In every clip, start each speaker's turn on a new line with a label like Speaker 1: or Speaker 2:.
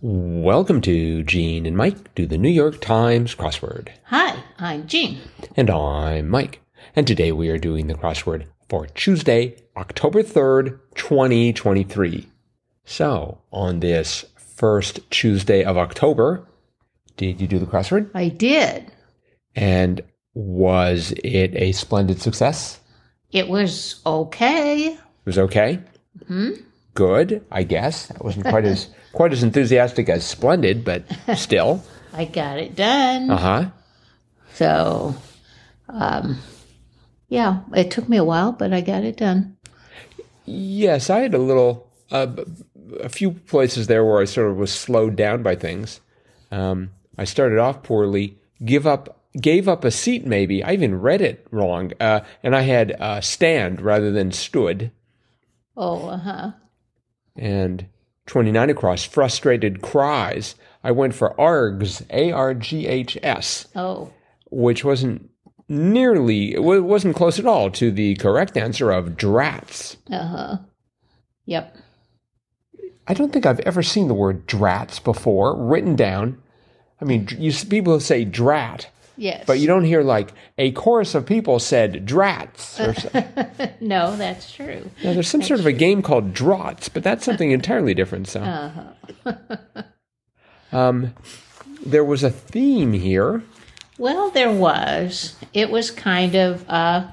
Speaker 1: Welcome to Gene and Mike do the New York Times crossword.
Speaker 2: Hi, I'm Jean.
Speaker 1: And I'm Mike. And today we are doing the crossword for Tuesday, October 3rd, 2023. So, on this first Tuesday of October, did you do the crossword?
Speaker 2: I did.
Speaker 1: And was it a splendid success?
Speaker 2: It was okay.
Speaker 1: It was okay. Good, I guess. That wasn't quite as quite as enthusiastic as splendid, but still.
Speaker 2: I got it done.
Speaker 1: Uh huh.
Speaker 2: So, um, yeah, it took me a while, but I got it done.
Speaker 1: Yes, I had a little, uh, b- a few places there where I sort of was slowed down by things. Um, I started off poorly, give up, gave up a seat. Maybe I even read it wrong, uh, and I had uh, stand rather than stood.
Speaker 2: Oh, uh huh.
Speaker 1: And twenty nine across, frustrated cries. I went for args, a r g h s,
Speaker 2: Oh,
Speaker 1: which wasn't nearly, it wa- wasn't close at all to the correct answer of drats.
Speaker 2: uh huh. Yep.
Speaker 1: I don't think I've ever seen the word drats before written down. I mean, dr- you s- people say drat,
Speaker 2: Yes.
Speaker 1: but you don't hear like a chorus of people said drats. Or so.
Speaker 2: no, that's true.
Speaker 1: Now, there's some sort of a game called draughts, but that's something entirely different. So,
Speaker 2: Uh-huh.
Speaker 1: um, there was a theme here.
Speaker 2: Well, there was. It was kind of, uh,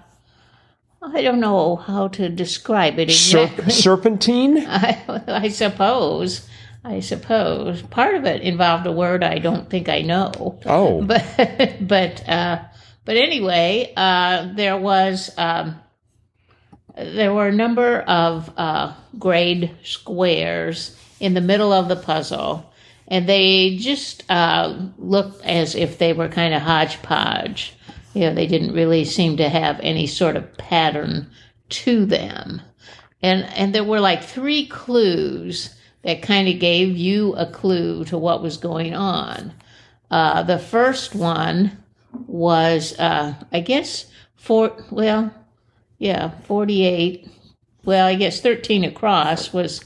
Speaker 2: I don't know how to describe it
Speaker 1: Ser-
Speaker 2: exactly.
Speaker 1: serpentine.
Speaker 2: I, I suppose. I suppose. Part of it involved a word I don't think I know.
Speaker 1: Oh,
Speaker 2: but but uh, but anyway, uh, there was um, there were a number of uh, grade squares in the middle of the puzzle, and they just uh, looked as if they were kind of hodgepodge. You know, they didn't really seem to have any sort of pattern to them and and there were like three clues that kind of gave you a clue to what was going on. Uh, the first one was, uh, I guess, four. Well, yeah, forty-eight. Well, I guess thirteen across was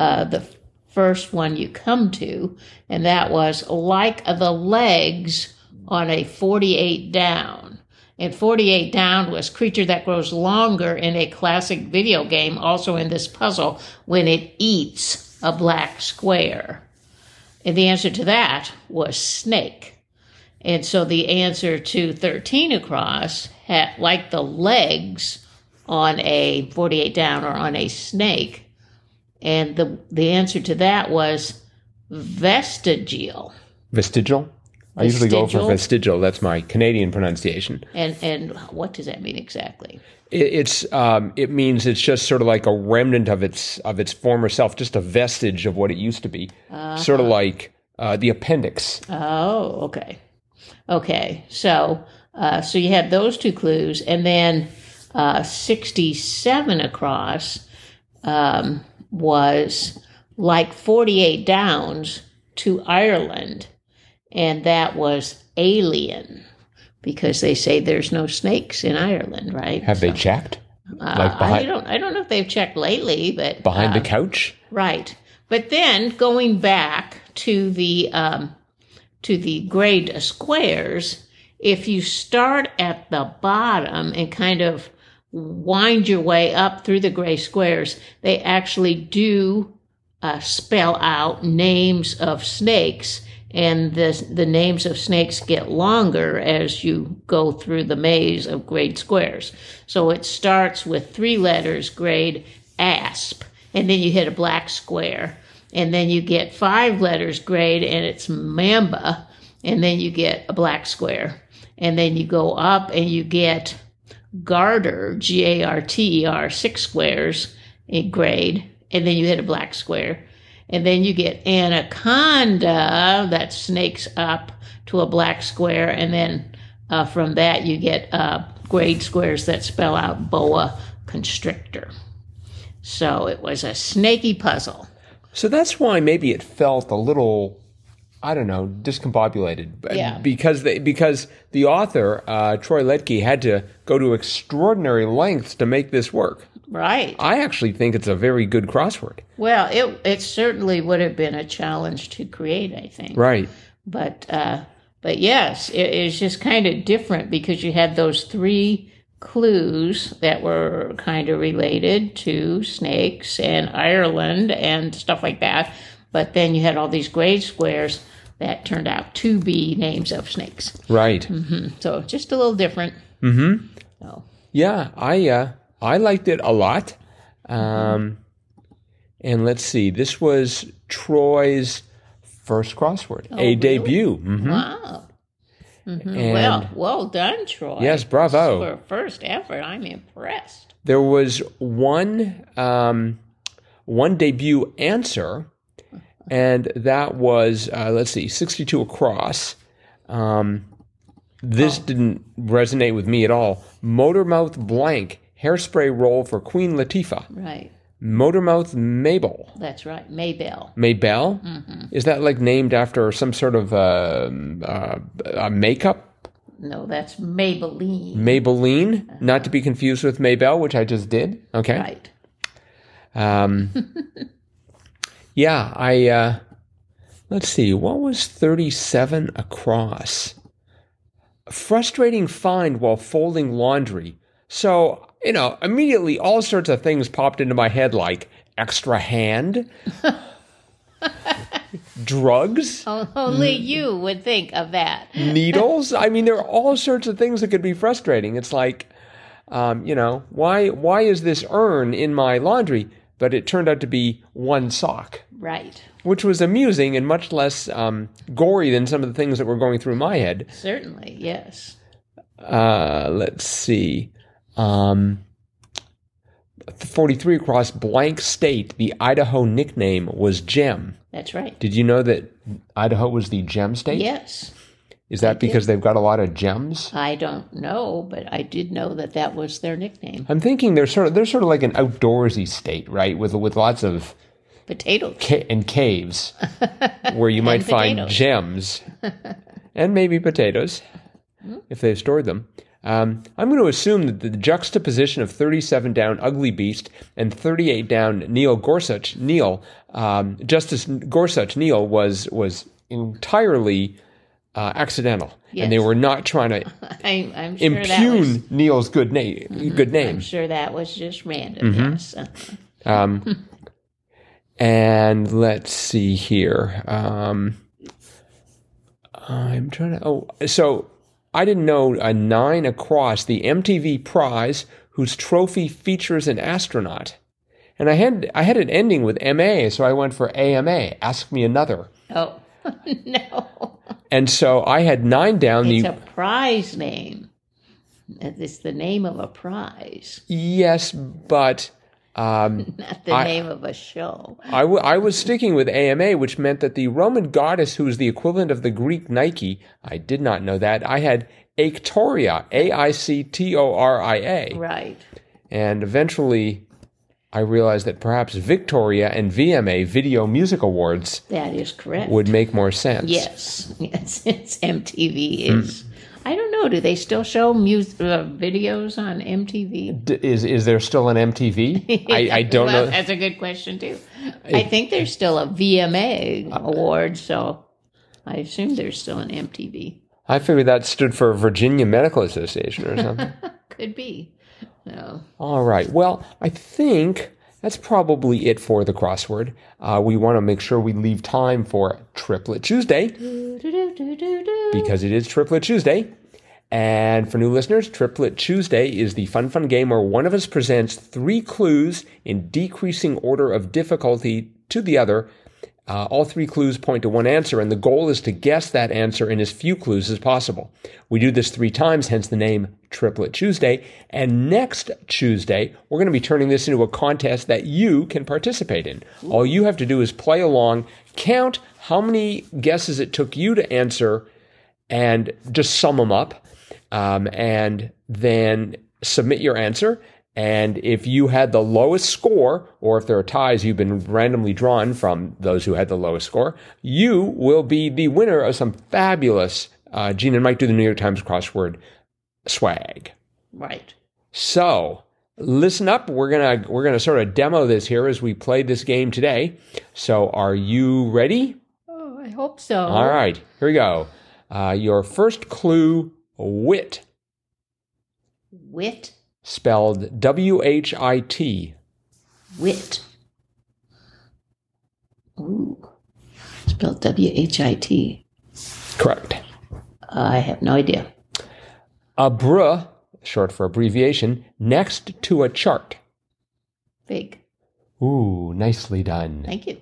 Speaker 2: uh, the first one you come to, and that was like the legs on a forty-eight down. And 48 down was creature that grows longer in a classic video game, also in this puzzle, when it eats a black square. And the answer to that was snake. And so the answer to 13 across had like the legs on a 48 down or on a snake. And the, the answer to that was vestigial.
Speaker 1: vestigial. I usually go for
Speaker 2: Vestigial.
Speaker 1: vestigial. That's my Canadian pronunciation.
Speaker 2: And, and what does that mean exactly?
Speaker 1: It, it's um, it means it's just sort of like a remnant of its of its former self, just a vestige of what it used to be. Sort
Speaker 2: Uh-huh.
Speaker 1: of like uh, the appendix.
Speaker 2: Oh, okay. Okay. So, uh, so you had those two clues, and then uh, 67 across um, was like 48 downs to Ireland, and that was alien because they say there's no snakes in Ireland, right?
Speaker 1: Have they checked? like
Speaker 2: Uh, I
Speaker 1: behind
Speaker 2: don't I don't know if they've checked lately, but
Speaker 1: behind the couch?
Speaker 2: Right. But then going back to the um, to the grade squares, if you start at the bottom and kind of wind your way up through the gray squares, they actually do uh, spell out names of snakes, and the the names of snakes get longer as you go through the maze of grade squares. So it starts with three letters, grade asp, and then you hit a black square, and then you get five letters, grade, and it's mamba, and then you get a black square, and then you go up and you get garter, G A R T E R, six squares in grade, and then you hit a black square. And then you get anaconda, that snakes up to a black square. And then uh, from that, you get uh, grade squares that spell out boa constrictor. So it was a snaky puzzle.
Speaker 1: So that's why maybe it felt a little, I don't know, discombobulated. B-
Speaker 2: Yeah.
Speaker 1: Because they, because the author uh, Troy Ledke had to go to extraordinary lengths to make this work.
Speaker 2: Right.
Speaker 1: I actually think it's a very good crossword.
Speaker 2: Well, it it certainly would have been a challenge to create, I think.
Speaker 1: Right.
Speaker 2: But uh, but yes, it is just kind of different because you had those three clues that were kind of related to snakes and Ireland and stuff like that. But then you had all these grade squares that turned out to be names of snakes.
Speaker 1: Right.
Speaker 2: So just a little different. Mm-hmm. So,
Speaker 1: Yeah, I uh, I liked it a lot. Um, and let's see, this was Troy's first crossword, a debut. Mhm.
Speaker 2: wow.
Speaker 1: And
Speaker 2: well, well done, Troy.
Speaker 1: yes, bravo.
Speaker 2: For a first effort, I'm impressed.
Speaker 1: There was one um, one debut answer, and that was uh, let's see, sixty two across. Um, this didn't resonate with me at all. Motormouth blank hairspray roll for Queen Latifah.
Speaker 2: Right.
Speaker 1: Motormouth Mabel.
Speaker 2: That's right. Maybell.
Speaker 1: Maybell? Is that like named after some sort of um uh, uh, makeup?
Speaker 2: No, that's Maybelline.
Speaker 1: Maybelline? Not to be confused with Maybell, which I just did. Okay.
Speaker 2: Right.
Speaker 1: Yeah, I. Uh, let's see, what was 37 across? Frustrating find while folding laundry. So, you know, immediately all sorts of things popped into my head like extra hand, drugs.
Speaker 2: O- Only you would think of that.
Speaker 1: Mm. needles. I mean, there are all sorts of things that could be frustrating. It's like, um, you know, why why is this urn in my laundry? But it turned out to be one sock,
Speaker 2: Right.
Speaker 1: which was amusing and much less um, gory than some of the things that were going through my head.
Speaker 2: Certainly, yes.
Speaker 1: Uh, let's see. Um, 43 across blank state, the Idaho nickname was Gem.
Speaker 2: That's right.
Speaker 1: Did you know that Idaho was the Gem state?
Speaker 2: Yes.
Speaker 1: Is that because they've got a lot of gems?
Speaker 2: I don't know, but I did know that that was their nickname.
Speaker 1: I'm thinking they're sort of they're sort of like an outdoorsy state, right? With with lots of
Speaker 2: Potato.
Speaker 1: ca- and caves where you might find
Speaker 2: potatoes.
Speaker 1: gems and maybe potatoes
Speaker 2: Hmm?
Speaker 1: if they've stored them. Um, I'm going to assume that the juxtaposition of 37 down Ugly Beast and 38 down Neil Gorsuch Neil um, Justice Gorsuch Neil was was entirely uh, accidental, and they
Speaker 2: Yes.
Speaker 1: were not trying to
Speaker 2: I'm, I'm sure that Mm-hmm. was.
Speaker 1: impugn Neil's good name. Good name.
Speaker 2: I'm sure that was just random. Yes.
Speaker 1: And let's see here. Um, I'm trying to. Oh, so I didn't know a nine across the MTV prize whose trophy features an astronaut. And I had I had an ending with MA, so I went for AMA. Ask me another.
Speaker 2: Oh no!
Speaker 1: And so I had nine down.
Speaker 2: It's
Speaker 1: the
Speaker 2: a prize name. It's the name of a prize,
Speaker 1: yes, but um,
Speaker 2: not the name of a show.
Speaker 1: I, w- I was sticking with AMA, which meant that the Roman goddess who is the equivalent of the Greek Nike, I did not know that. I had Aictoria, A I C T O R I A.
Speaker 2: Right.
Speaker 1: And eventually I realized that perhaps Victoria and VMA, Video Music Awards,
Speaker 2: That is correct.
Speaker 1: would make more sense.
Speaker 2: Yes, yes, it's MTV
Speaker 1: Hmm.
Speaker 2: is. I don't know. Do they still show music uh, videos on MTV?
Speaker 1: D- is, is there still an MTV? I, I don't
Speaker 2: well,
Speaker 1: know.
Speaker 2: That's a good question too. I think there's still a VMA
Speaker 1: Uh,
Speaker 2: award, so I assume there's still an MTV.
Speaker 1: I figured that stood for Virginia Medical Association or something.
Speaker 2: Could be. No.
Speaker 1: All right. Well, I think that's probably it for the crossword. Uh, we want to make sure we leave time for Triplet Tuesday because it is Triplet Tuesday. And for new listeners, Triplet Tuesday is the fun, fun game where one of us presents three clues in decreasing order of difficulty to the other. Uh, all three clues point to one answer, and the goal is to guess that answer in as few clues as possible. We do this three times, hence the name Triplet Tuesday. And next Tuesday, we're going to be turning this into a contest that you can participate in. All you have to do is play along, count how many guesses it took you to answer and just sum them up um, and then submit your answer. And if you had the lowest score, or if there are ties you've been randomly drawn from those who had the lowest score, you will be the winner of some fabulous uh, Gene and Mike do the New York Times crossword swag.
Speaker 2: Right.
Speaker 1: So listen up. We're gonna we're gonna sort of demo this here as we play this game today. So are you ready?
Speaker 2: Oh, I hope so.
Speaker 1: All right, here we go. Uh, your first clue: wit,
Speaker 2: Wit,
Speaker 1: spelled W H I T.
Speaker 2: wit. Ooh, spelled W H I T.
Speaker 1: Correct.
Speaker 2: I have no idea.
Speaker 1: Abra, short for abbreviation, next to a chart.
Speaker 2: Fig.
Speaker 1: Ooh, nicely done.
Speaker 2: Thank you.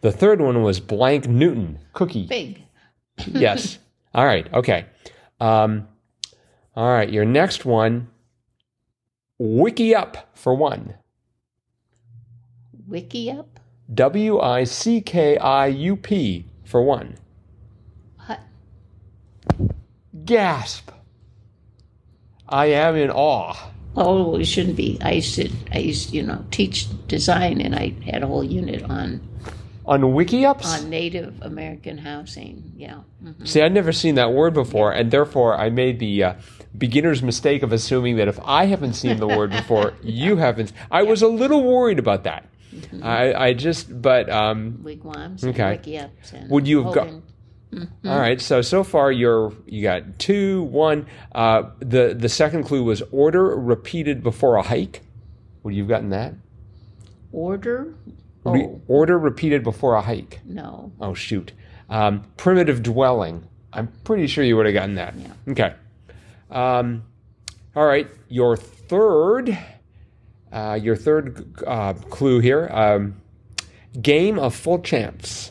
Speaker 1: The third one was blank Newton cookie.
Speaker 2: Fig.
Speaker 1: yes. All right. Okay. Um, all right. Your next one. Wiki up for one.
Speaker 2: Wiki up.
Speaker 1: W i c k i u p for one.
Speaker 2: What?
Speaker 1: Gasp. I am in awe.
Speaker 2: Oh, it shouldn't be. I used to, I used to, you know, teach design, and I had a whole unit on
Speaker 1: On wiki ups.
Speaker 2: on Native American housing. Yeah. Mhm.
Speaker 1: See, I'd never seen that word before, and therefore I made the uh, beginner's mistake of assuming that if I haven't seen the word before, you haven't. I was a little worried about that.
Speaker 2: Mm-hmm.
Speaker 1: I, I just, but um,
Speaker 2: Wigwams. and
Speaker 1: Okay.
Speaker 2: Wiki ups. And
Speaker 1: Would you have got-
Speaker 2: Hogan. Hmm.
Speaker 1: All right. So so far you're you got two one. Uh, the the second clue was order repeated before a hike. Would you've gotten that?
Speaker 2: order? Oh
Speaker 1: Re- order repeated before a hike.
Speaker 2: no.
Speaker 1: Oh shoot. Um, primitive dwelling. I'm pretty sure you would have gotten that.
Speaker 2: Yeah.
Speaker 1: Okay. Um, all right. Your third uh, your third uh, clue here. Um, game of full chance.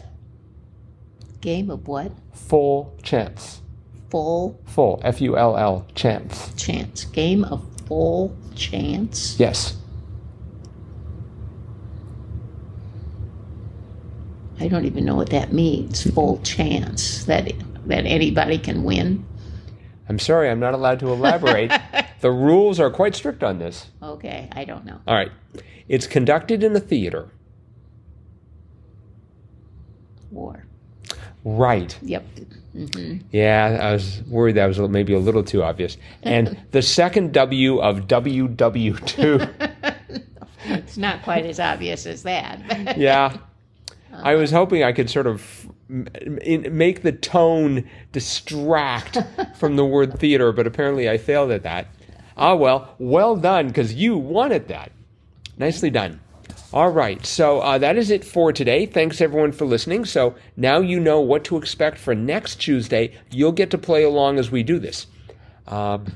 Speaker 2: Game of what?
Speaker 1: Full chance.
Speaker 2: Full
Speaker 1: Full. F U L L chance.
Speaker 2: chance. Game of full chance.
Speaker 1: Yes.
Speaker 2: I don't even know what that means. Full chance that that anybody can win.
Speaker 1: I'm sorry, I'm not allowed to elaborate. the rules are quite strict on this.
Speaker 2: Okay, I don't know.
Speaker 1: All right. It's conducted in a theater.
Speaker 2: War.
Speaker 1: Right.
Speaker 2: Yep. hmm
Speaker 1: Yeah, I was worried that was a- maybe a little too obvious. And the second W of WW2.
Speaker 2: It's not quite as obvious as that.
Speaker 1: yeah. I was hoping I could sort of m- in, make the tone distract from the word theater, but apparently I failed at that. Ah, well, well done, because you won at that. Nicely done. All right, so uh, that is it for today. Thanks everyone for listening. So now you know what to expect for next Tuesday. You'll get to play along as we do this. Um,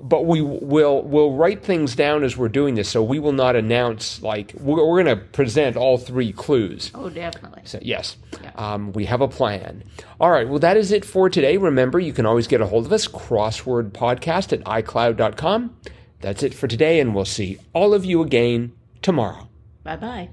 Speaker 1: but we will will write things down as we're doing this, so we will not announce like we're, we're going to present all three clues.
Speaker 2: oh, definitely.
Speaker 1: So, yes, um, we have a plan. All right, well, that is it for today. Remember, you can always get a hold of us, crosswordpodcast at icloud.com. That's it for today, and we'll see all of you again tomorrow.
Speaker 2: Bye bye.